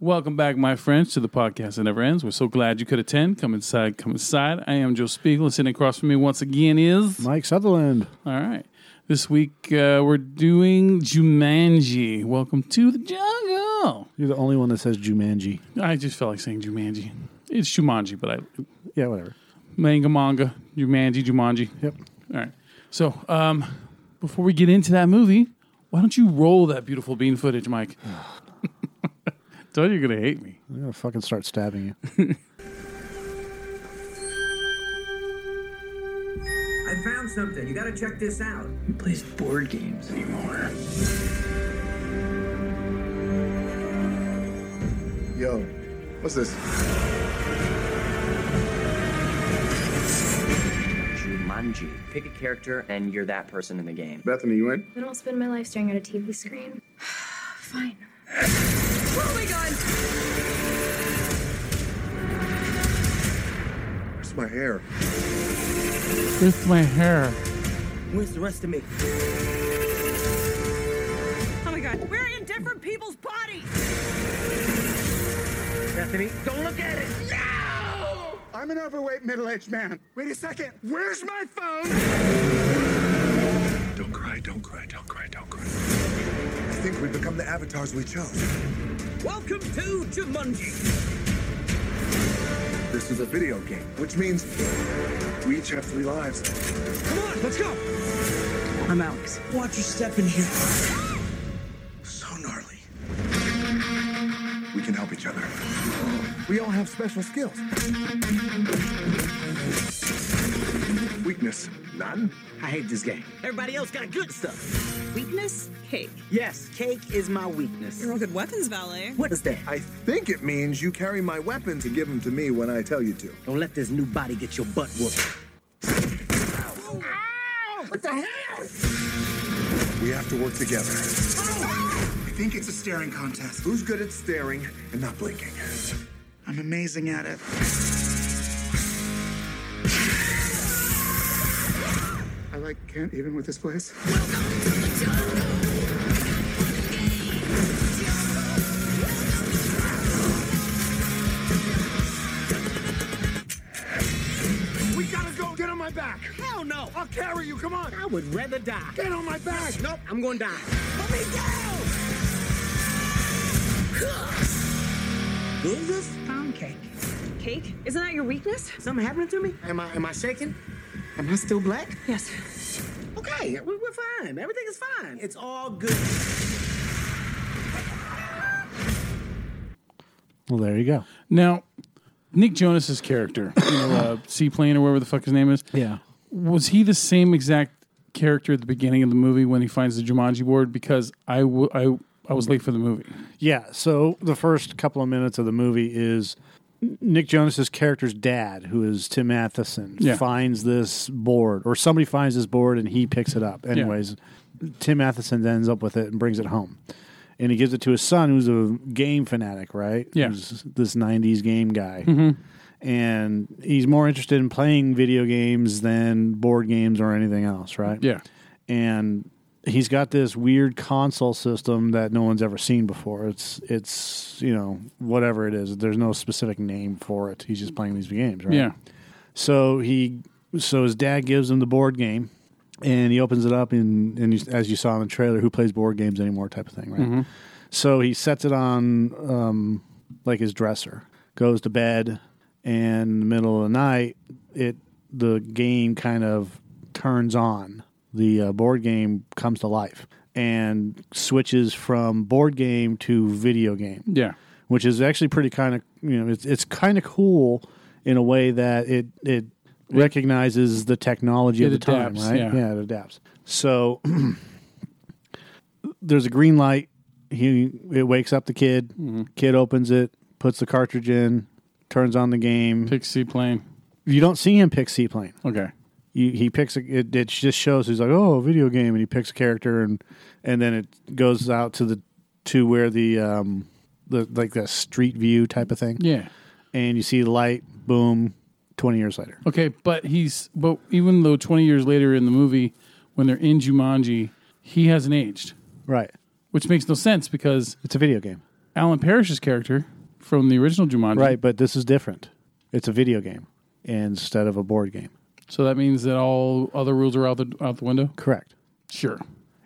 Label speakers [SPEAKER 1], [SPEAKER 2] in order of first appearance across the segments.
[SPEAKER 1] Welcome back, my friends, to the podcast that never ends. We're so glad you could attend. Come inside, come inside. I am Joe Spiegel, and sitting across from me once again is.
[SPEAKER 2] Mike Sutherland.
[SPEAKER 1] All right. This week, uh, we're doing Jumanji. Welcome to the jungle.
[SPEAKER 2] You're the only one that says Jumanji.
[SPEAKER 1] I just felt like saying Jumanji. It's Jumanji, but I.
[SPEAKER 2] Yeah, whatever.
[SPEAKER 1] Manga, manga, Jumanji, Jumanji.
[SPEAKER 2] Yep.
[SPEAKER 1] All right. So, um, before we get into that movie, why don't you roll that beautiful bean footage, Mike? Told you you're going to hate me.
[SPEAKER 2] I'm gonna fucking start stabbing you.
[SPEAKER 3] I found something. You gotta check this out.
[SPEAKER 4] plays board games anymore.
[SPEAKER 5] Yo, what's this?
[SPEAKER 4] Jumanji. Pick a character and you're that person in the game.
[SPEAKER 5] Bethany, you in?
[SPEAKER 6] I don't spend my life staring at a TV screen. Fine.
[SPEAKER 5] Where's my hair?
[SPEAKER 1] With my hair.
[SPEAKER 3] Where's the rest of me?
[SPEAKER 7] Oh my god, we're in different people's bodies!
[SPEAKER 3] Bethany, don't look at it!
[SPEAKER 5] I'm an overweight middle-aged man. Wait a second. Where's my phone?
[SPEAKER 8] Don't cry, don't cry, don't cry, don't cry.
[SPEAKER 5] I think we've become the avatars we chose.
[SPEAKER 3] Welcome to Jumanji!
[SPEAKER 5] This is a video game, which means we each have three lives.
[SPEAKER 3] Come on, let's go! I'm Alex. Watch your step in here.
[SPEAKER 5] So gnarly. We can help each other. We all have special skills. Weakness, none.
[SPEAKER 3] I hate this game. Everybody else got good stuff.
[SPEAKER 7] Weakness? Cake.
[SPEAKER 3] Yes, cake is my weakness.
[SPEAKER 7] You're all good weapons valet.
[SPEAKER 3] What is that?
[SPEAKER 5] I think it means you carry my weapons and give them to me when I tell you to.
[SPEAKER 3] Don't let this new body get your butt whooped. What the hell?
[SPEAKER 5] We have to work together. I think it's a staring contest. Who's good at staring and not blinking?
[SPEAKER 9] I'm amazing at it. I like can't even with this place.
[SPEAKER 5] We gotta go! Get on my back!
[SPEAKER 3] Hell no!
[SPEAKER 5] I'll carry you, come on!
[SPEAKER 3] I would rather die.
[SPEAKER 5] Get on my back!
[SPEAKER 3] Nope, I'm gonna die. Let me go! Is this pound cake?
[SPEAKER 7] Cake? Isn't that your weakness?
[SPEAKER 3] Something happening to me? Am I am I shaking? Am I still black?
[SPEAKER 7] Yes.
[SPEAKER 3] Okay, we- we're fine. Everything is fine. It's all good.
[SPEAKER 2] Well, there you go.
[SPEAKER 1] Now, Nick Jonas's character, you know, uh, Seaplane or whatever the fuck his name is,
[SPEAKER 2] Yeah.
[SPEAKER 1] was he the same exact character at the beginning of the movie when he finds the Jumanji board? Because I, w- I, I was late for the movie.
[SPEAKER 2] Yeah. So the first couple of minutes of the movie is Nick Jonas's character's dad, who is Tim Matheson,
[SPEAKER 1] Yeah.
[SPEAKER 2] finds this board, or somebody finds this board and he picks it up. Anyways, Tim Matheson then ends up with it and brings it home. And he gives it to his son, who's a game fanatic, right?
[SPEAKER 1] Yeah. Mm-hmm.
[SPEAKER 2] Who's this 90s game guy. And he's more interested in playing video games than board games or anything else, right?
[SPEAKER 1] Yeah.
[SPEAKER 2] and he's got this weird console system that no one's ever seen before. It's it's you know whatever it is. There's no specific name for it. He's just playing these games, right?
[SPEAKER 1] Yeah.
[SPEAKER 2] So he so his dad gives him the board game, and he opens it up and and you, as you saw in the trailer, who plays board games anymore type of thing, right? So he sets it on um, like his dresser, goes to bed, and in the middle of the night, it the game kind of turns on. The uh, board game comes to life and switches from board game to video game
[SPEAKER 1] Yeah.
[SPEAKER 2] which is actually pretty kind of you know it's it's kind of cool in a way that it it recognizes the technology of
[SPEAKER 1] It
[SPEAKER 2] the time,
[SPEAKER 1] adapts,
[SPEAKER 2] right?
[SPEAKER 1] yeah.
[SPEAKER 2] it adapts. So there's a green light. He it wakes up the kid.
[SPEAKER 1] Mm-hmm.
[SPEAKER 2] Kid opens it, puts the cartridge in, turns on the game.
[SPEAKER 1] Pick Seaplane.
[SPEAKER 2] You don't see him pick seaplane
[SPEAKER 1] Okay.
[SPEAKER 2] you, he picks a, it, it just shows he's like oh a video game and he picks a character and and then it goes out to the to where the um the like the street view type of thing
[SPEAKER 1] Yeah.
[SPEAKER 2] and you see the light boom 20 years later
[SPEAKER 1] Okay, but he's but even though twenty years later in the movie, when they're in Jumanji, he hasn't aged,
[SPEAKER 2] right
[SPEAKER 1] which makes no sense because
[SPEAKER 2] it's a video game
[SPEAKER 1] Alan Parrish's character from the original Jumanji.
[SPEAKER 2] Right, but this is different. It's a video game instead of a board game.
[SPEAKER 1] So that means that all other rules are out the out the window.
[SPEAKER 2] Correct.
[SPEAKER 1] Sure.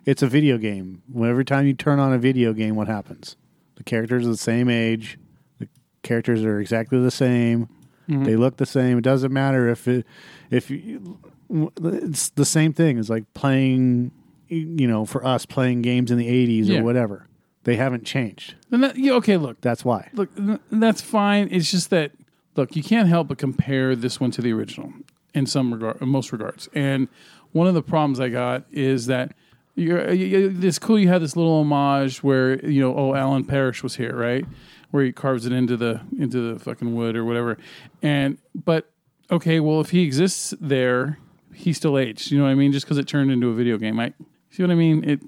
[SPEAKER 2] It's a video game. When- Every time you turn on a video game, what happens? The characters are the same age. The characters are exactly the same. They look the same. It doesn't matter if it, if you, it's the same thing. It's like playing, you know, for us playing games in the '80s
[SPEAKER 1] Yeah.
[SPEAKER 2] or whatever. They haven't changed.
[SPEAKER 1] And that, yeah, okay. Look,
[SPEAKER 2] That's why.
[SPEAKER 1] look, th- that's fine. It's just that look, you can't help but compare this one to the original in some regard, in most regards. And one of the problems I got is that you're, you- you, it's cool you had this little homage where you know, oh, Alan Parrish was here, right? Where he carves it into the into the fucking wood or whatever. And but okay, well, if he exists there, he still aged. You know what I mean? Just because it turned into a video game, I see what I mean. It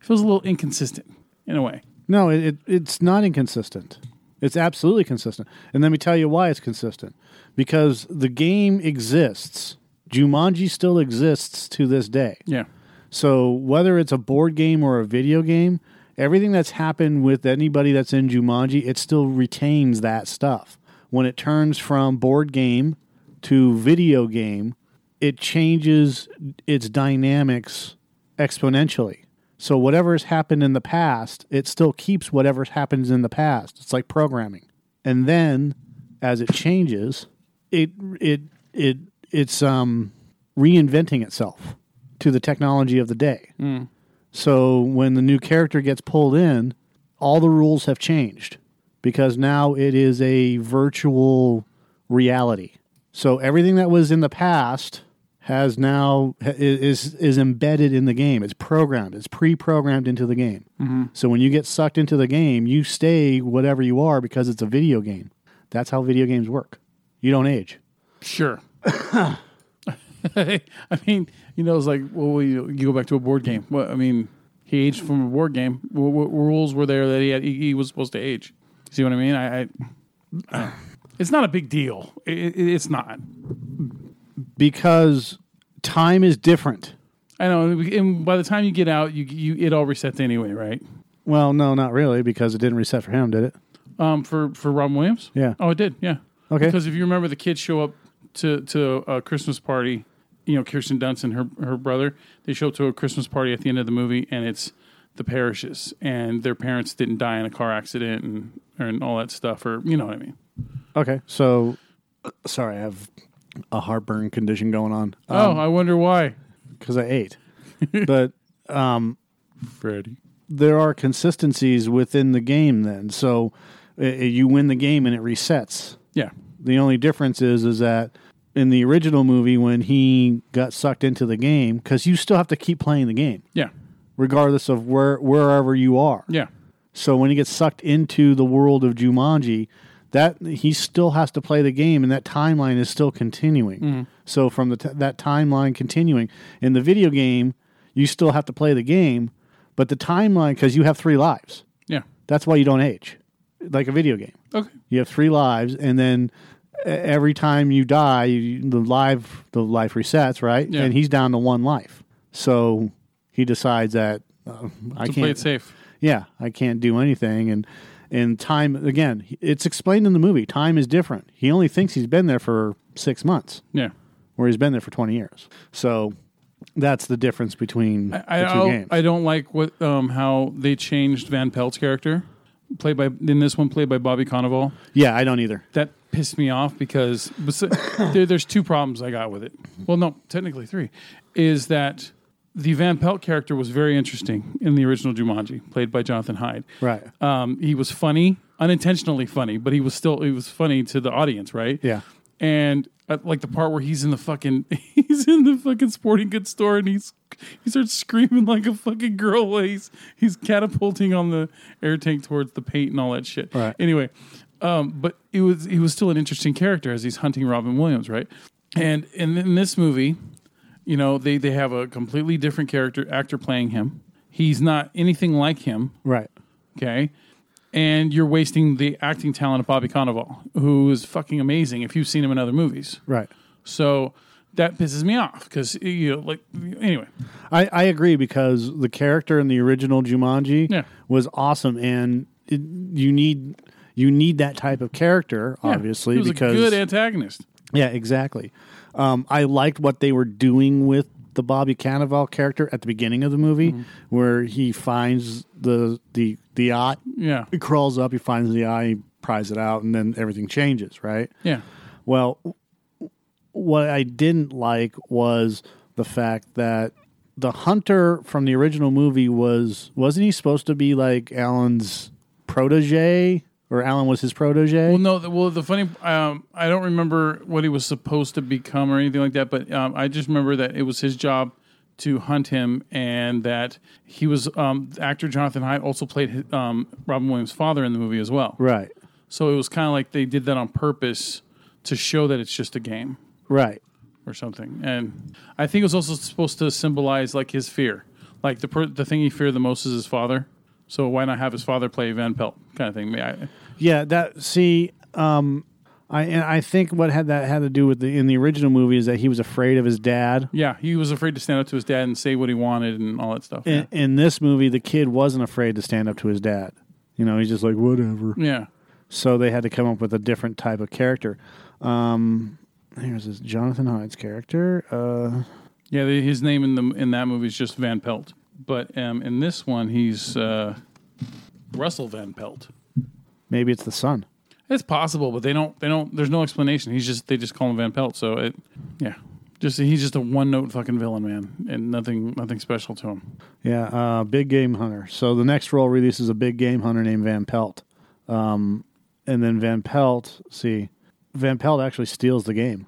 [SPEAKER 1] feels a little inconsistent in a way.
[SPEAKER 2] No, it, it it's not inconsistent. It's absolutely consistent. And let me tell you why it's consistent. Because the game exists. Jumanji still exists to this day.
[SPEAKER 1] Yeah.
[SPEAKER 2] So whether it's a board game or a video game, everything that's happened with anybody that's in Jumanji, it still retains that stuff. When it turns from board game to video game, it changes its dynamics exponentially. So whatever's happened in the past, it still keeps whatever's happens in the past. It's like programming. And then as it changes, it it it it's um reinventing itself to the technology of the day. So when the new character gets pulled in, all the rules have changed because now it is a virtual reality. So everything that was in the past has now ha- i- is is embedded in the game. It's programmed. It's pre-programmed into the game. So when you get sucked into the game, you stay whatever you are because it's a video game. That's how video games work. You don't age.
[SPEAKER 1] Sure. I mean, you know, it's like, well, you, you go back to a board game. Well, I mean, he aged from a board game. What, what rules were there that he, had, he he was supposed to age? See what I mean? I, I it's not a big deal. I- I it's not.
[SPEAKER 2] because time is different.
[SPEAKER 1] I know. And by the time you get out, you you it all resets anyway, right?
[SPEAKER 2] Well, no, not really, because it didn't reset for him, did it?
[SPEAKER 1] Um, for for Robin Williams.
[SPEAKER 2] Yeah.
[SPEAKER 1] Oh, it did. Yeah.
[SPEAKER 2] Okay.
[SPEAKER 1] Because if you remember, the kids show up to to a Christmas party. You know, Kirsten Dunst and her her brother. They show up to a Christmas party at the end of the movie, and it's the Parishes, and their parents didn't die in a car accident, and and all that stuff, or you know what I mean.
[SPEAKER 2] Okay, so sorry, I have a heartburn condition going on
[SPEAKER 1] oh, I wonder why,
[SPEAKER 2] because I ate. but
[SPEAKER 1] Freddie.
[SPEAKER 2] there are consistencies within the game. Then, so i i- you win the game and it resets.
[SPEAKER 1] Yeah.
[SPEAKER 2] The only difference is is that in the original movie, when he got sucked into the game, because you still have to keep playing the game
[SPEAKER 1] Yeah.
[SPEAKER 2] regardless of where wherever you are.
[SPEAKER 1] Yeah.
[SPEAKER 2] So when he gets sucked into the world of Jumanji, that he still has to play the game, and that timeline is still continuing.
[SPEAKER 1] Mm-hmm.
[SPEAKER 2] So from the t- that timeline continuing in the video game, you still have to play the game, but the timeline because you have three lives.
[SPEAKER 1] Yeah.
[SPEAKER 2] That's why you don't age, like a video game.
[SPEAKER 1] Okay.
[SPEAKER 2] You have three lives, and then e- every time you die, you, the live the life resets, right?
[SPEAKER 1] Yeah.
[SPEAKER 2] And he's down to one life, so he decides that uh, I
[SPEAKER 1] To
[SPEAKER 2] can't
[SPEAKER 1] play it safe.
[SPEAKER 2] yeah, I can't do anything. And and time again, it's explained in the movie. Time is different. He only thinks he's been there for six months,
[SPEAKER 1] Yeah.
[SPEAKER 2] where he's been there for twenty years. So that's the difference between
[SPEAKER 1] I,
[SPEAKER 2] the 2
[SPEAKER 1] I,
[SPEAKER 2] games.
[SPEAKER 1] I don't like what um, how they changed Van Pelt's character, played by in this one played by Bobby Cannavale.
[SPEAKER 2] yeah, I don't either.
[SPEAKER 1] that pissed me off because besi- there, there's two problems I got with it. Well, no, technically three. Is that the Van Pelt character was very interesting in the original Jumanji, played by Jonathan Hyde.
[SPEAKER 2] Right.
[SPEAKER 1] Um, he was funny, unintentionally funny, but he was still he was funny to the audience, right?
[SPEAKER 2] Yeah.
[SPEAKER 1] And uh, like the part where he's in the fucking he's in the fucking sporting goods store and he's he starts screaming like a fucking girl while he's he's catapulting on the air tank towards the paint and all that shit.
[SPEAKER 2] Right.
[SPEAKER 1] Anyway, um, but it was he was still an interesting character as he's hunting Robin Williams, right? And and in this movie, you know, they they have a completely different character actor playing him. He's not anything like him
[SPEAKER 2] Right.
[SPEAKER 1] okay? And you're wasting the acting talent of Bobby Cannavale, who is fucking amazing if you've seen him in other movies.
[SPEAKER 2] Right.
[SPEAKER 1] So that pisses me off because you know, like anyway,
[SPEAKER 2] I, I agree because the character in the original Jumanji
[SPEAKER 1] Yeah.
[SPEAKER 2] was awesome, and it, you need You need that type of character,
[SPEAKER 1] Yeah.
[SPEAKER 2] obviously,
[SPEAKER 1] he was
[SPEAKER 2] because
[SPEAKER 1] a good antagonist.
[SPEAKER 2] yeah, exactly. Um, I liked what they were doing with the Bobby Cannavale character at the beginning of the movie,
[SPEAKER 1] Mm-hmm.
[SPEAKER 2] where he finds the the the yacht.
[SPEAKER 1] Yeah,
[SPEAKER 2] He crawls up, he finds the eye, he pries it out, and then everything changes, right?
[SPEAKER 1] yeah.
[SPEAKER 2] Well, w- what I didn't like was the fact that the hunter from the original movie was wasn't he supposed to be like Alan's protege, or Alan was his protege?
[SPEAKER 1] Well, no. The, well, the funny, um, I don't remember what he was supposed to become or anything like that, but um, I just remember that it was his job to hunt him, and that he was um, actor Jonathan Hyde also played his, um, Robin Williams' father in the movie as well.
[SPEAKER 2] Right,
[SPEAKER 1] So it was kind of like they did that on purpose to show that it's just a game
[SPEAKER 2] right.
[SPEAKER 1] or something. And I think it was also supposed to symbolize like his fear, like the per- the thing he feared the most is his father. So why not have his father play Van Pelt kind of thing? I,
[SPEAKER 2] Yeah, that see, um, I and I think what had that had to do with the in the original movie is that he was afraid of his dad.
[SPEAKER 1] Yeah, he was afraid to stand up to his dad and say what he wanted and all that stuff.
[SPEAKER 2] In, in this movie, the kid wasn't afraid to stand up to his dad. You know, he's just like whatever.
[SPEAKER 1] yeah.
[SPEAKER 2] So they had to come up with a different type of character. Um, here's this Jonathan Hyde's character. Uh,
[SPEAKER 1] Yeah, the, his name in the in that movie is just Van Pelt. But um, in this one he's uh, Russell Van Pelt.
[SPEAKER 2] maybe it's the son.
[SPEAKER 1] It's possible, but they don't they don't there's no explanation. He's just they just call him Van Pelt, so it yeah. Just he's just a one note fucking villain, man. And nothing nothing special to him.
[SPEAKER 2] Yeah, uh, big game hunter. So the next role releases a big game hunter named Van Pelt, um, and then Van Pelt. See, Van Pelt actually steals the game.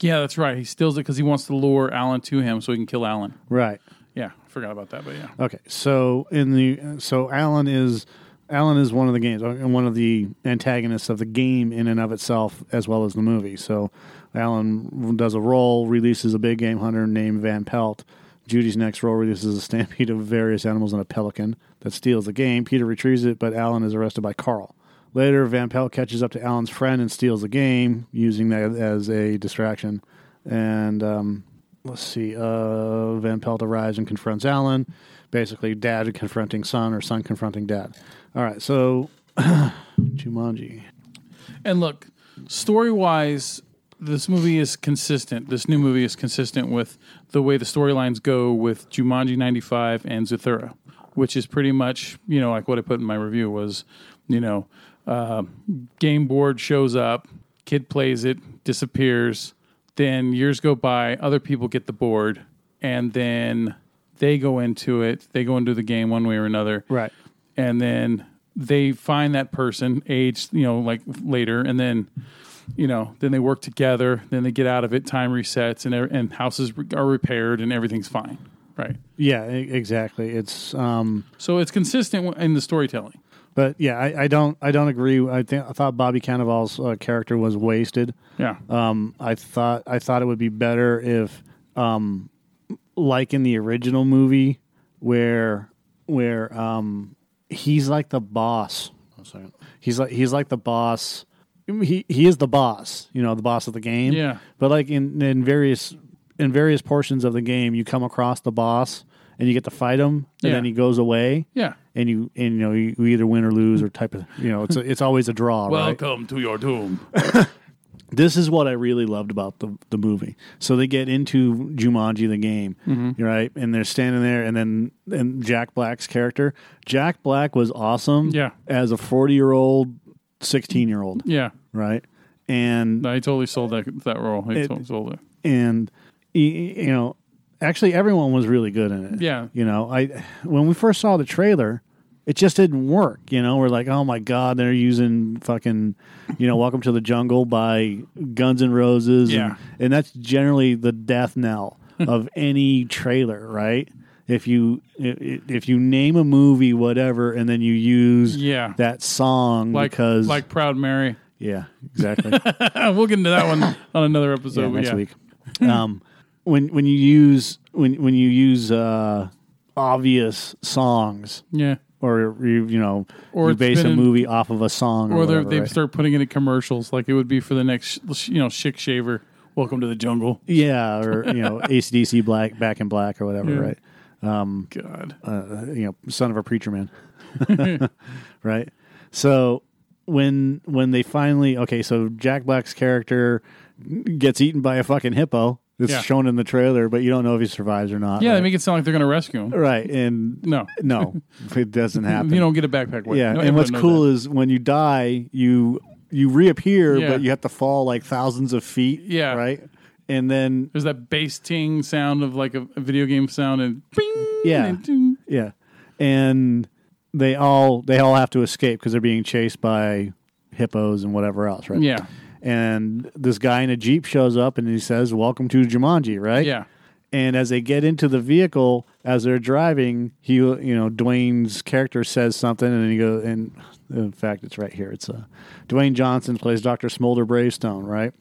[SPEAKER 1] Yeah, that's right. He steals it because he wants to lure Alan to him so he can kill Alan.
[SPEAKER 2] Right.
[SPEAKER 1] Yeah, I forgot about that, but yeah.
[SPEAKER 2] Okay, so in the so Alan is Alan is one of the games uh, one of the antagonists of the game in and of itself as well as the movie. So Alan does a role, releases a big game hunter named Van Pelt. Judy's next role releases a stampede of various animals and a pelican that steals the game. Peter retrieves it, but Alan is arrested by Carl. Later, Van Pelt catches up to Alan's friend and steals the game, using that as a distraction. And um, let's see, uh, Van Pelt arrives and confronts Alan. Basically, dad confronting son or son confronting dad. All right, so Jumanji.
[SPEAKER 1] And look, story wise, this movie is consistent. This new movie is consistent with the way the storylines go with Jumanji 95 and Zathura, which is pretty much, you know, like what I put in my review was, you know, uh, game board shows up, kid plays it, disappears. Then years go by, other people get the board, and then they go into it. They go into the game one way or another
[SPEAKER 2] Right.
[SPEAKER 1] and then they find that person aged you know like later and then you know then they work together then they get out of it time resets and and houses are repaired and everything's fine right
[SPEAKER 2] Yeah, e- exactly. It's um,
[SPEAKER 1] so it's consistent in the storytelling
[SPEAKER 2] but yeah, I, I don't, I don't agree. I think I thought Bobby Cannavale's uh, character was wasted.
[SPEAKER 1] yeah
[SPEAKER 2] Um, I thought I thought it would be better if, um, like in the original movie, where where um, he's like the boss.
[SPEAKER 1] Oh,
[SPEAKER 2] One second. He's like he's like the boss. He he is the boss. You know, the boss of the game.
[SPEAKER 1] Yeah.
[SPEAKER 2] But like in in various in various portions of the game, you come across the boss and you get to fight him, and
[SPEAKER 1] Yeah.
[SPEAKER 2] then he goes away.
[SPEAKER 1] yeah
[SPEAKER 2] And you and you know you, you either win or lose or type of you know it's a, it's always a draw. right?
[SPEAKER 1] to your doom
[SPEAKER 2] this is what I really loved about the the movie. So they get into Jumanji the game,
[SPEAKER 1] Mm-hmm.
[SPEAKER 2] right? And they're standing there, and then and Jack Black's character, Jack Black was awesome,
[SPEAKER 1] Yeah.
[SPEAKER 2] as a forty year old, sixteen year old,
[SPEAKER 1] yeah
[SPEAKER 2] right? And
[SPEAKER 1] i totally sold that that role i
[SPEAKER 2] It-
[SPEAKER 1] totally sold it
[SPEAKER 2] and y- you know, actually, everyone was really good in it.
[SPEAKER 1] Yeah.
[SPEAKER 2] you know, I when we first saw the trailer. It just didn't work, you know. We're like, oh my god, they're using fucking, you know, "Welcome to the Jungle" by Guns N' Roses, and-
[SPEAKER 1] Yeah.
[SPEAKER 2] and that's generally the death knell of any trailer, right? If you i- if you name a movie, whatever, and then you use
[SPEAKER 1] Yeah.
[SPEAKER 2] that song
[SPEAKER 1] like
[SPEAKER 2] because
[SPEAKER 1] like proud mary Uh,
[SPEAKER 2] yeah, exactly.
[SPEAKER 1] we'll get into that one on another episode
[SPEAKER 2] yeah,
[SPEAKER 1] but
[SPEAKER 2] next
[SPEAKER 1] yeah. Hmm.
[SPEAKER 2] week. um, when when you use when when you use uh, obvious songs
[SPEAKER 1] yeah
[SPEAKER 2] or you you know
[SPEAKER 1] Or
[SPEAKER 2] you
[SPEAKER 1] it's
[SPEAKER 2] base a
[SPEAKER 1] been in-
[SPEAKER 2] movie off of a song or,
[SPEAKER 1] or they're-
[SPEAKER 2] whatever,
[SPEAKER 1] they
[SPEAKER 2] right?
[SPEAKER 1] start putting it in commercials like it would be for the next sh- you know Chick Shaver Welcome to the Jungle
[SPEAKER 2] yeah or you know ACDC Black Back in Black or whatever
[SPEAKER 1] Yeah.
[SPEAKER 2] right
[SPEAKER 1] God
[SPEAKER 2] uh, you know son of a preacher man right so when when they finally okay, so Jack Black's character gets eaten by a fucking hippo. It's
[SPEAKER 1] Yeah.
[SPEAKER 2] shown in the trailer, but you don't know if he survives or not.
[SPEAKER 1] Yeah,
[SPEAKER 2] right?
[SPEAKER 1] they make it sound like they're going to rescue him.
[SPEAKER 2] right. And
[SPEAKER 1] No.
[SPEAKER 2] no, it doesn't happen.
[SPEAKER 1] You don't get a backpack. Wet.
[SPEAKER 2] yeah.
[SPEAKER 1] No,
[SPEAKER 2] and
[SPEAKER 1] everyone
[SPEAKER 2] what's
[SPEAKER 1] knows
[SPEAKER 2] cool
[SPEAKER 1] that.
[SPEAKER 2] is when you die, you you reappear,
[SPEAKER 1] Yeah.
[SPEAKER 2] but you have to fall like thousands of feet.
[SPEAKER 1] Yeah.
[SPEAKER 2] Right. And then
[SPEAKER 1] there's that bass ting sound of like a, a video game sound and bing.
[SPEAKER 2] Yeah.
[SPEAKER 1] and ding.
[SPEAKER 2] Yeah, and they all they all have to escape because they're being chased by hippos and whatever else, right?
[SPEAKER 1] Yeah.
[SPEAKER 2] And this guy in a jeep shows up and he says, "Welcome to Jumanji," right?
[SPEAKER 1] Yeah.
[SPEAKER 2] And as they get into the vehicle, as they're driving, he you know Dwayne's character says something, and he goes, and in fact, it's right here. It's uh, Dwayne Johnson plays Doctor Smolder Bravestone, right?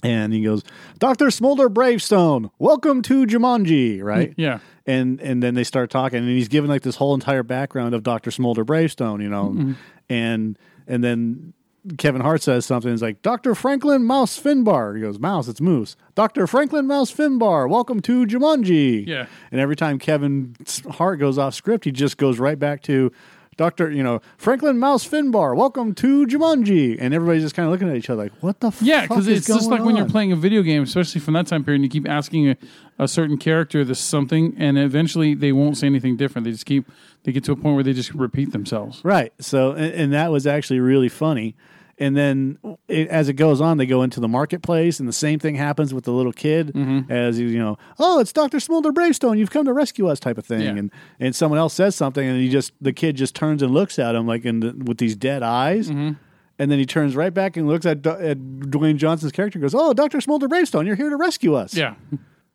[SPEAKER 2] And he goes, Doctor Smolder Bravestone, welcome to Jumanji, right?
[SPEAKER 1] Yeah.
[SPEAKER 2] and and then they start talking and he's given like this whole entire background of Dr. Smolder Bravestone, you know.
[SPEAKER 1] Mm-hmm.
[SPEAKER 2] And and then Kevin Hart says something. He's like, Dr. Franklin Mouse Finbar. He goes, Mouse, it's Moose. Dr. Franklin Mouse Finbar, welcome to Jumanji.
[SPEAKER 1] Yeah.
[SPEAKER 2] And every time Kevin Hart goes off script, he just goes right back to Dr. You know, Franklin Mouse Finbar, welcome to Jumanji. And everybody's just kind of looking at each other like, what the
[SPEAKER 1] Yeah,
[SPEAKER 2] fuck?
[SPEAKER 1] because
[SPEAKER 2] is
[SPEAKER 1] it's just
[SPEAKER 2] going
[SPEAKER 1] like when you're
[SPEAKER 2] on?
[SPEAKER 1] playing a video game, especially from that time period, and you keep asking a, a certain character this something, and eventually they won't say anything different. They just keep, they get to a point where they just repeat themselves.
[SPEAKER 2] Right. So, and, and that was actually really funny. And then it, as it goes on, they go into the marketplace, and the same thing happens with the little kid
[SPEAKER 1] Mm-hmm.
[SPEAKER 2] as you, you know, oh, it's Dr. Smolder Bravestone. You've come to rescue us, type of thing.
[SPEAKER 1] Yeah.
[SPEAKER 2] And and someone else says something, and he just, the kid just turns and looks at him, like in the, with these dead eyes.
[SPEAKER 1] Mm-hmm.
[SPEAKER 2] And then he turns right back and looks at, Du- at Dwayne Johnson's character and goes, oh, Dr. Smolder Bravestone, you're here to rescue us
[SPEAKER 1] Yeah,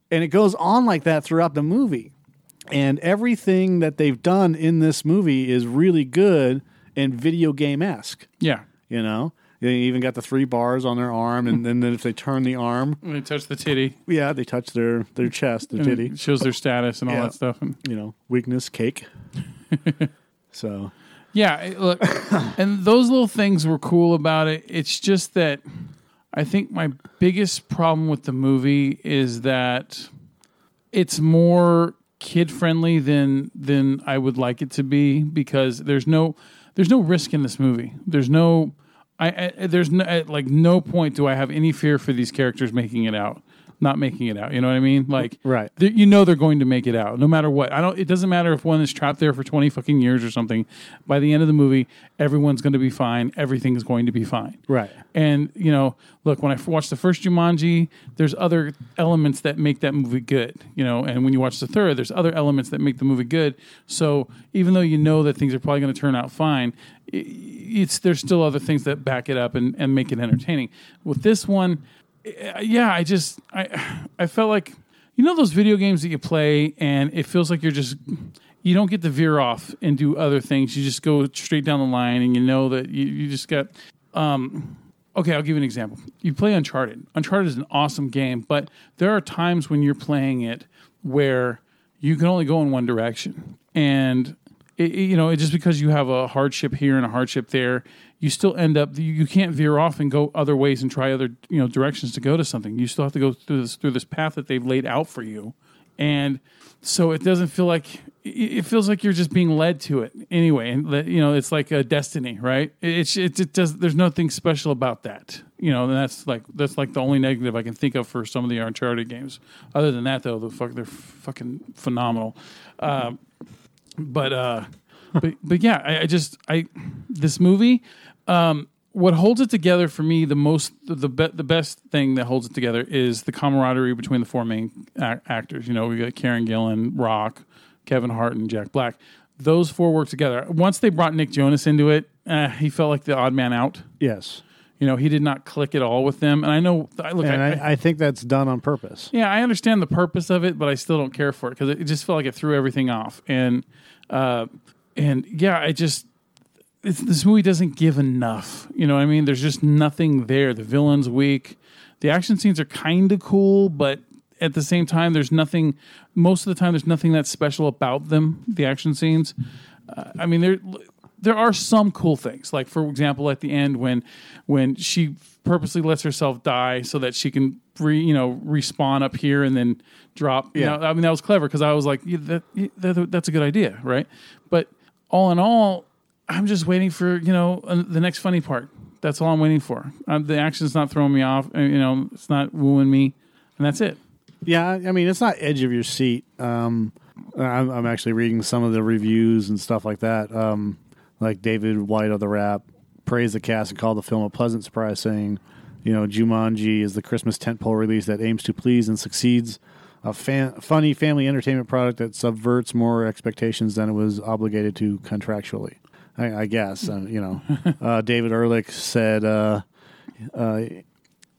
[SPEAKER 2] and it goes on like that throughout the movie. And everything that they've done in this movie is really good and video game esque.
[SPEAKER 1] yeah.
[SPEAKER 2] You know, they even got the three bars on their arm,
[SPEAKER 1] Hmm.
[SPEAKER 2] and, and then if they turn the arm,
[SPEAKER 1] When they touch the titty,
[SPEAKER 2] yeah, they touch their their chest, their
[SPEAKER 1] and it
[SPEAKER 2] titty.
[SPEAKER 1] shows their status and all
[SPEAKER 2] Yeah.
[SPEAKER 1] that stuff. And
[SPEAKER 2] You know, weakness, cake. so
[SPEAKER 1] yeah, it- look, and those little things were cool about it. It's just that I think my biggest problem with the movie is that it's more kid friendly than than I would like it to be because there's no there's no risk in this movie. There's no I, I there's no at like no point do I have any fear for these characters making it out, not making it out. You know what I mean? Like
[SPEAKER 2] Right.
[SPEAKER 1] they- you know they're going to make it out no matter what. I don't. It doesn't matter if one is trapped there for twenty fucking years or something. By the end of the movie, everyone's going to be fine. Everything's going to be fine.
[SPEAKER 2] Right.
[SPEAKER 1] And you know, look, when I f- watched the first Jumanji, there's other elements that make that movie good. You know, and when you watch the third, there's other elements that make the movie good. So even though you know that things are probably going to turn out fine, i- it's there's still other things that back it up and, and make it entertaining. With this one, I- yeah, I just I I felt like you know those video games that you play and it feels like you're just you don't get to veer off and do other things. You just go straight down the line and you know that you, you just got okay, I'll give you an example. You play Uncharted. Uncharted is an awesome game, but there are times when you're playing it where you can only go in one direction. And it, it- you know, it, just because you have a hardship here and a hardship there, you still end up you, you can't veer off and go other ways and try other, you know, directions to go to something. You still have to go through this through this path that they've laid out for you. And so it doesn't feel like it- it feels like you're just being led to it anyway and that, you know it's like a destiny right It- it's it, it does there's nothing special about that you know and that's like that's like the only negative i can think of for some of the uncharted games other than that though the fuck they're fucking phenomenal um, but uh but but yeah I, I just i this movie um what holds it together for me the most the be, the best thing that holds it together is the camaraderie between the four main ac actors you know we got karen gillan rock kevin hart and jack black those four work together once they brought nick jonas into it uh, he felt like the odd man out
[SPEAKER 2] yes,
[SPEAKER 1] you know he did not click at all with them and i know i look
[SPEAKER 2] and
[SPEAKER 1] I,
[SPEAKER 2] I, I think that's done on purpose.
[SPEAKER 1] yeah, I understand the purpose of it, but I still don't care for it because it it just felt like it threw everything off. And uh, and yeah, I just it's, this movie doesn't give enough. You know what I mean? There's just nothing there. The villain's weak. The action scenes are kind of cool, but at the same time, there's nothing. Most of the time, there's nothing that's special about them. The action scenes. Uh, I mean, there there are some cool things. Like for example, at the end when when she purposely lets herself die so that she can re, you know respawn up here and then drop. You
[SPEAKER 2] Yeah.
[SPEAKER 1] know, I mean that was clever because I was like yeah, that, yeah, that that's a good idea, right? But all in all, I'm just waiting for you know uh, the next funny part. That's all I'm waiting for. Um, the action's not throwing me off. uh, You know, it's not wooing me, and that's it.
[SPEAKER 2] Yeah, I mean it's not edge of your seat. Um, I'm, I'm actually reading some of the reviews and stuff like that. Um, like David White of the Rap praised the cast and called the film a pleasant surprise, saying, "You know, Jumanji is the Christmas tentpole release that aims to please and succeeds." A fan, funny family entertainment product that subverts more expectations than it was obligated to contractually. I, I guess, uh, you know. Uh, David Ehrlich said, uh,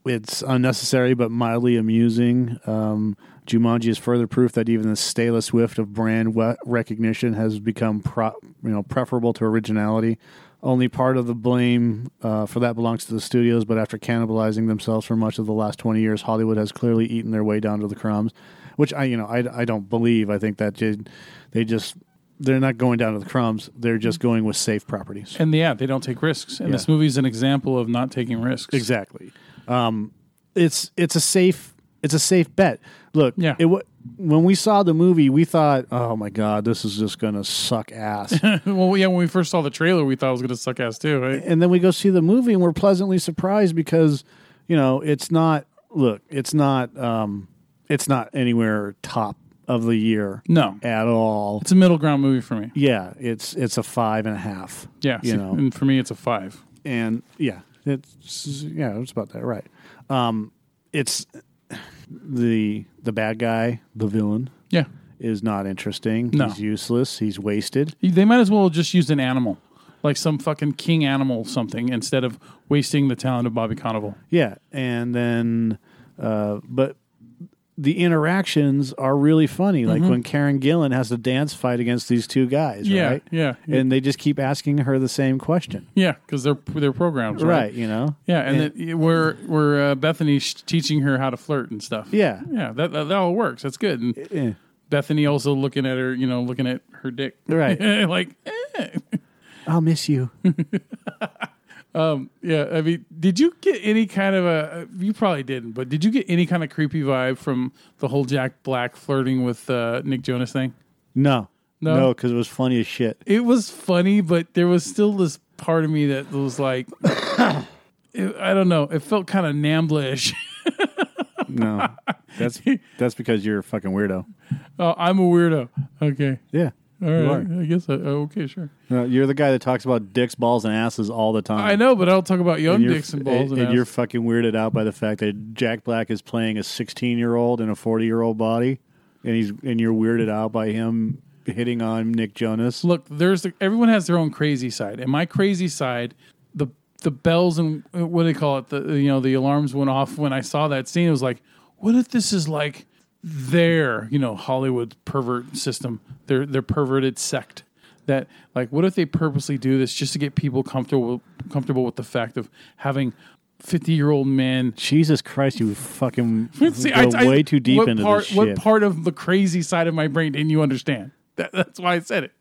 [SPEAKER 2] it's unnecessary but mildly amusing. Um, Jumanji is further proof that even the stalest whiff of brand we- recognition has become pro- you know preferable to originality. Only part of the blame uh, for that belongs to the studios, but after cannibalizing themselves for much of the last twenty years, Hollywood has clearly eaten their way down to the crumbs. Which I, you know, I, I don't believe. I think that did, they just they're not going down to the crumbs. They're just going with safe properties.
[SPEAKER 1] And yeah, they don't take risks. And this movie's an example of not taking risks.
[SPEAKER 2] Exactly. Um, it's it's a safe it's a safe bet. Look,
[SPEAKER 1] Yeah.
[SPEAKER 2] It wa- when we saw the movie, we thought, "Oh my god, this is just gonna suck ass."
[SPEAKER 1] well, yeah, when we first saw the trailer, we thought it was going to suck ass too, right?
[SPEAKER 2] and then we go see the movie, and we're pleasantly surprised because you know it's not. Look, it's not. Um, it's not anywhere top of the year.
[SPEAKER 1] No.
[SPEAKER 2] at all.
[SPEAKER 1] It's a middle ground movie for me.
[SPEAKER 2] yeah, it's it's a five and a half.
[SPEAKER 1] Yeah,
[SPEAKER 2] you
[SPEAKER 1] so-
[SPEAKER 2] know,
[SPEAKER 1] and for me, it's a five.
[SPEAKER 2] and yeah, it's yeah, it's about that, right? Um, it's the the bad guy, the villain,
[SPEAKER 1] Yeah,
[SPEAKER 2] is not interesting.
[SPEAKER 1] No.
[SPEAKER 2] He's useless. He's wasted.
[SPEAKER 1] they might as well have just used an animal, like some fucking king animal, or something, instead of wasting the talent of Bobby Cannavale.
[SPEAKER 2] Yeah, and then, uh, but the interactions are really funny. Like when Karen Gillan has the dance fight against these two guys,
[SPEAKER 1] Yeah,
[SPEAKER 2] right?
[SPEAKER 1] yeah.
[SPEAKER 2] and they just keep asking her the same question,
[SPEAKER 1] Yeah, because they're they're programmed,
[SPEAKER 2] right?
[SPEAKER 1] right?
[SPEAKER 2] you know,
[SPEAKER 1] Yeah, and, that- we're we're uh, Bethany sh- teaching her how to flirt and stuff.
[SPEAKER 2] yeah, Eh.
[SPEAKER 1] yeah, that that, that all works. That's good. And
[SPEAKER 2] yeah.
[SPEAKER 1] Bethany also looking at her, you know, looking at her dick,
[SPEAKER 2] Right.
[SPEAKER 1] like, eh.
[SPEAKER 2] I'll miss you.
[SPEAKER 1] yeah. I mean, did you get any kind of a? uh, You probably didn't, but did you get any kind of creepy vibe from the whole Jack Black flirting with uh, Nick Jonas thing?
[SPEAKER 2] No,
[SPEAKER 1] No.
[SPEAKER 2] no, because it was funny as shit.
[SPEAKER 1] it was funny, but there was still this part of me that was like, it- I don't know. It felt kind of namblish.
[SPEAKER 2] No, that's that's because you're a fucking weirdo.
[SPEAKER 1] oh, I'm a weirdo. Okay.
[SPEAKER 2] Yeah,
[SPEAKER 1] All right.
[SPEAKER 2] are.
[SPEAKER 1] I guess. I, oh, okay, sure.
[SPEAKER 2] No, Uh, you're the guy that talks about dicks, balls, and asses all the time.
[SPEAKER 1] I know, but I'll talk about young
[SPEAKER 2] And you're,
[SPEAKER 1] dicks and balls and,
[SPEAKER 2] and you're
[SPEAKER 1] ass.
[SPEAKER 2] fucking weirded out by the fact that Jack Black is playing a 16 year old in a 40 year old body, and he's and you're weirded out by him hitting on Nick Jonas.
[SPEAKER 1] Look, there's everyone has their own crazy side, and my crazy side, the the bells and what do they call it? The you know the alarms went off when I saw that scene. It was like, what if this is like their you know Hollywood pervert system, their their perverted sect? That like, what if they purposely do this just to get people comfortable comfortable with the fact of having fifty year old men
[SPEAKER 2] Jesus Christ, you fucking
[SPEAKER 1] See,
[SPEAKER 2] go
[SPEAKER 1] I- I-
[SPEAKER 2] way too deep
[SPEAKER 1] what
[SPEAKER 2] into
[SPEAKER 1] part,
[SPEAKER 2] this shit.
[SPEAKER 1] What part of the crazy side of my brain didn't you understand? That, that's why I said it.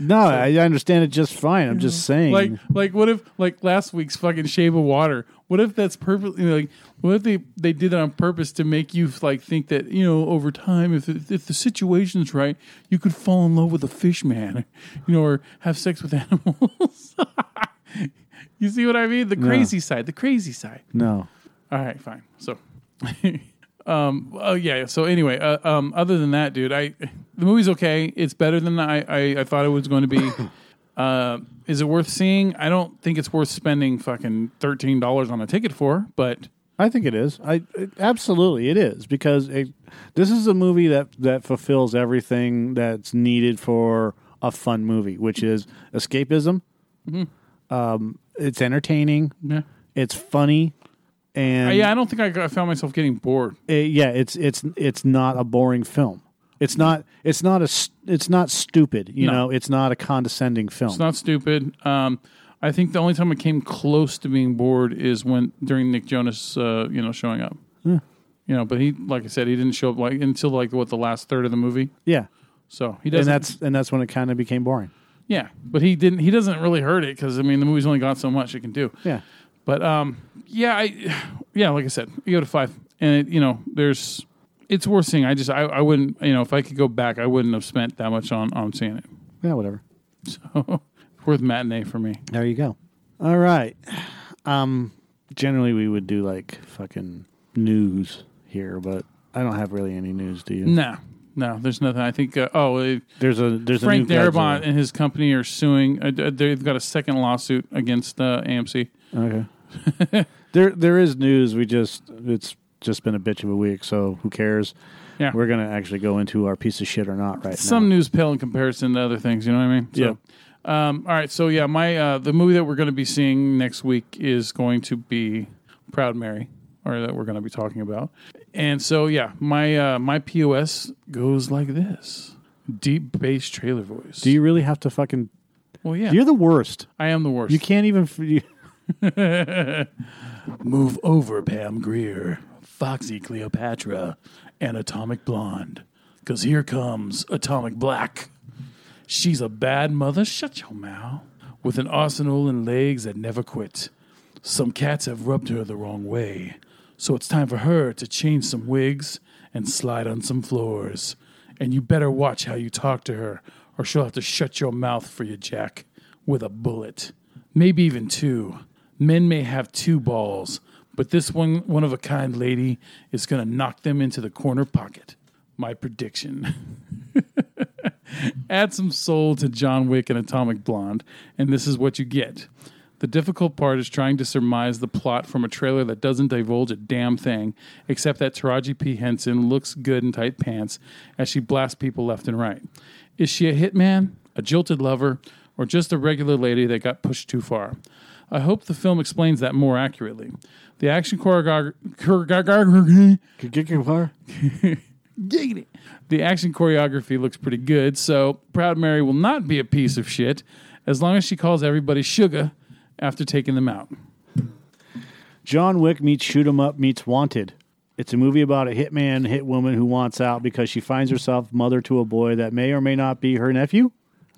[SPEAKER 2] no, I I understand it just fine. I'm just saying.
[SPEAKER 1] Like, like what if like last week's fucking shave of water? What if that's perfectly like? What if they they did it on purpose to make you like think that you know over time, if if the situation's right, you could fall in love with a fish man, you know, or have sex with animals. you see what I mean? The crazy side. The crazy side.
[SPEAKER 2] no.
[SPEAKER 1] All right, fine. So, um, oh yeah. So anyway, uh, um, other than that, dude, I the movie's okay. It's better than I I, I thought it was going to be. uh, is it worth seeing? I don't think it's worth spending fucking thirteen dollars on a ticket for. But
[SPEAKER 2] I think it is. I it- absolutely it is because it, this is a movie that that fulfills everything that's needed for a fun movie, which is escapism.
[SPEAKER 1] Mm-hmm.
[SPEAKER 2] Um, it's entertaining.
[SPEAKER 1] yeah,
[SPEAKER 2] It's funny, and
[SPEAKER 1] Uh, yeah, I don't think I, got- I found myself getting bored.
[SPEAKER 2] it- yeah, it's it's it's not a boring film. It's not it's not a s- it's not stupid. You
[SPEAKER 1] No.
[SPEAKER 2] know, it's not a condescending film.
[SPEAKER 1] It's not stupid. Um, I think the only time I came close to being bored is when during Nick Jonas, uh, you know, showing up. You know, but he, like I said, he didn't show up like until like what the last third of the movie.
[SPEAKER 2] yeah,
[SPEAKER 1] So he
[SPEAKER 2] and
[SPEAKER 1] doesn't.
[SPEAKER 2] that's and that's when it kind of became boring.
[SPEAKER 1] yeah, but he didn't. He doesn't really hurt it because I mean the movie's only got so much it can do.
[SPEAKER 2] Yeah,
[SPEAKER 1] But um, yeah, I yeah, like I said, I go to five, and it, you know, there's it's worth seeing. I just I, I wouldn't you know if I could go back, I wouldn't have spent that much on on seeing it.
[SPEAKER 2] yeah, whatever.
[SPEAKER 1] So Worth matinee for me.
[SPEAKER 2] There you go. All right. Um, generally we would do like fucking news here, but I don't have really any news. Do you?
[SPEAKER 1] No, no, there's nothing. I think. Uh, oh, it,
[SPEAKER 2] There's a there's
[SPEAKER 1] Frank
[SPEAKER 2] a new
[SPEAKER 1] Darabont and his company are suing. Uh, d- they've got a second lawsuit against uh, AMC.
[SPEAKER 2] Godzilla. Okay. there there is news. We just it's just been a bitch of a week, so who cares?
[SPEAKER 1] Yeah.
[SPEAKER 2] We're gonna actually go into our piece of shit or not right
[SPEAKER 1] Some
[SPEAKER 2] now.
[SPEAKER 1] news pale in comparison to other things. You know what I mean? So, Um, all right. So yeah, my uh, the movie that we're going to be seeing next week is going to be Proud Mary, or that we're going to be talking about. And so yeah, my uh, my POS goes like this: deep bass trailer voice.
[SPEAKER 2] Do you really have to fucking?
[SPEAKER 1] well, yeah,
[SPEAKER 2] You're the worst.
[SPEAKER 1] I am the worst.
[SPEAKER 2] You can't even. f- You,
[SPEAKER 1] Move over, Pam Greer, Foxy Cleopatra, and Atomic Blonde. Because here comes Atomic Black. She's a bad mother, shut your mouth, with an arsenal and legs that never quit. Some cats have rubbed her the wrong way, so it's time for her to change some wigs and slide on some floors. And you better watch how you talk to her, or she'll have to shut your mouth for you, Jack, with a bullet. Maybe even two. Men may have two balls, but this one, one of a kind lady is going to knock them into the corner pocket. My prediction. Add some soul to John Wick and Atomic Blonde, and this is what you get. The difficult part is trying to surmise the plot from a trailer that doesn't divulge a damn thing, except that Taraji P. Henson looks good in tight pants as she blasts people left and right. Is she a hitman, a jilted lover, or just a regular lady that got pushed too far? I hope the film explains that more accurately. The action choreographer. Giggity. The action choreography looks pretty good, so Proud Mary will not be a piece of shit as long as she calls everybody sugar after taking them out.
[SPEAKER 2] John Wick meets Shoot 'Em Up meets Wanted. It's a movie about a hitman, hit woman who wants out because she finds herself mother to a boy that may or may not be her nephew.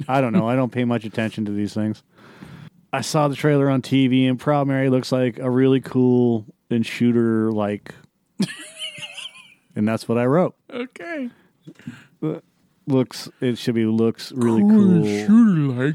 [SPEAKER 2] I don't know. I don't pay much attention to these things. I saw the trailer on TV, and Proud Mary looks like a really cool and shooter like. and that's what I wrote.
[SPEAKER 1] Okay.
[SPEAKER 2] Looks. It should be looks really cool.
[SPEAKER 1] Shooter like.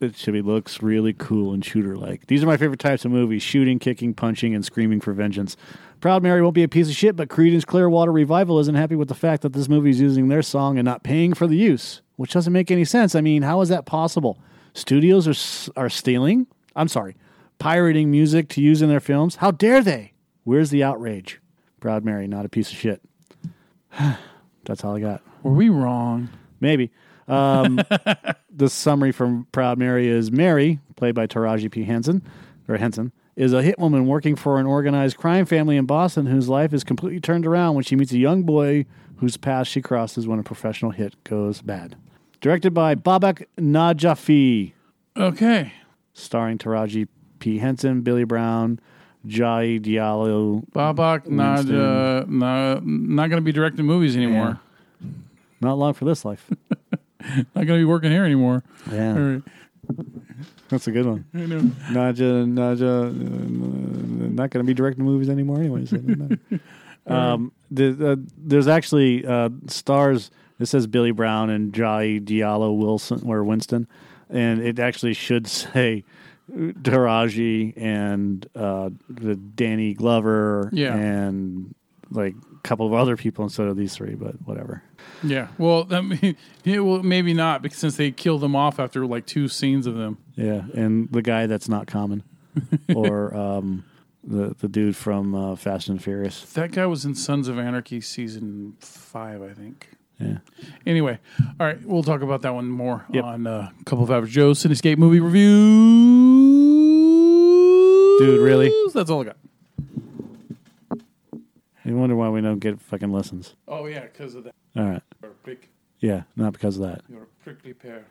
[SPEAKER 2] it should be looks really cool and shooter like. These are my favorite types of movies: shooting, kicking, punching, and screaming for vengeance. Proud Mary won't be a piece of shit, but Creedence Clearwater Revival isn't happy with the fact that this movie is using their song and not paying for the use, which doesn't make any sense. I mean, how is that possible? Studios are s- are stealing. I'm sorry, pirating music to use in their films. How dare they? Where's the outrage? Proud Mary, not a piece of shit. That's all I got.
[SPEAKER 1] Were we wrong?
[SPEAKER 2] Maybe. Um, the summary from Proud Mary is Mary, played by Taraji P. Henson, or Henson, is a hit woman working for an organized crime family in Boston whose life is completely turned around when she meets a young boy whose path she crosses when a professional hit goes bad. Directed by Babak Najafi,
[SPEAKER 1] Okay.
[SPEAKER 2] starring Taraji P. Henson, Billy Brown, Jai Diallo.
[SPEAKER 1] Babak not
[SPEAKER 2] Winston.
[SPEAKER 1] uh, not, not going to be directing movies anymore.
[SPEAKER 2] Not long for this life.
[SPEAKER 1] Not going to be working here anymore. All
[SPEAKER 2] Yeah,
[SPEAKER 1] right.
[SPEAKER 2] that's a good one.
[SPEAKER 1] I know.
[SPEAKER 2] Naja, Naja, uh, not going to be directing movies anymore anyway. So it doesn't matter. um, the, uh, there's actually uh, stars. It says Billy Brown and Jai Diallo Wilson or Winston, and it actually should say Taraji and uh, the Danny Glover
[SPEAKER 1] Yeah.
[SPEAKER 2] and like a couple of other people instead of these three, but whatever.
[SPEAKER 1] Yeah. Well, I mean, yeah, well, maybe not because since they killed them off after like two scenes of them.
[SPEAKER 2] Yeah, and the guy that's not common, or um, the the dude from uh, Fast and Furious.
[SPEAKER 1] That guy was in Sons of Anarchy season five, I think.
[SPEAKER 2] Yeah.
[SPEAKER 1] Anyway, all right, we'll talk about that one more
[SPEAKER 2] Yep.
[SPEAKER 1] on uh, a couple of Average Joe's Cinescape movie reviews.
[SPEAKER 2] Dude, really?
[SPEAKER 1] That's all I got.
[SPEAKER 2] You wonder why we don't get fucking listens.
[SPEAKER 1] Oh yeah, because of that.
[SPEAKER 2] All right.
[SPEAKER 1] You're a prick.
[SPEAKER 2] Yeah, not because of that.
[SPEAKER 1] You're a prickly pear.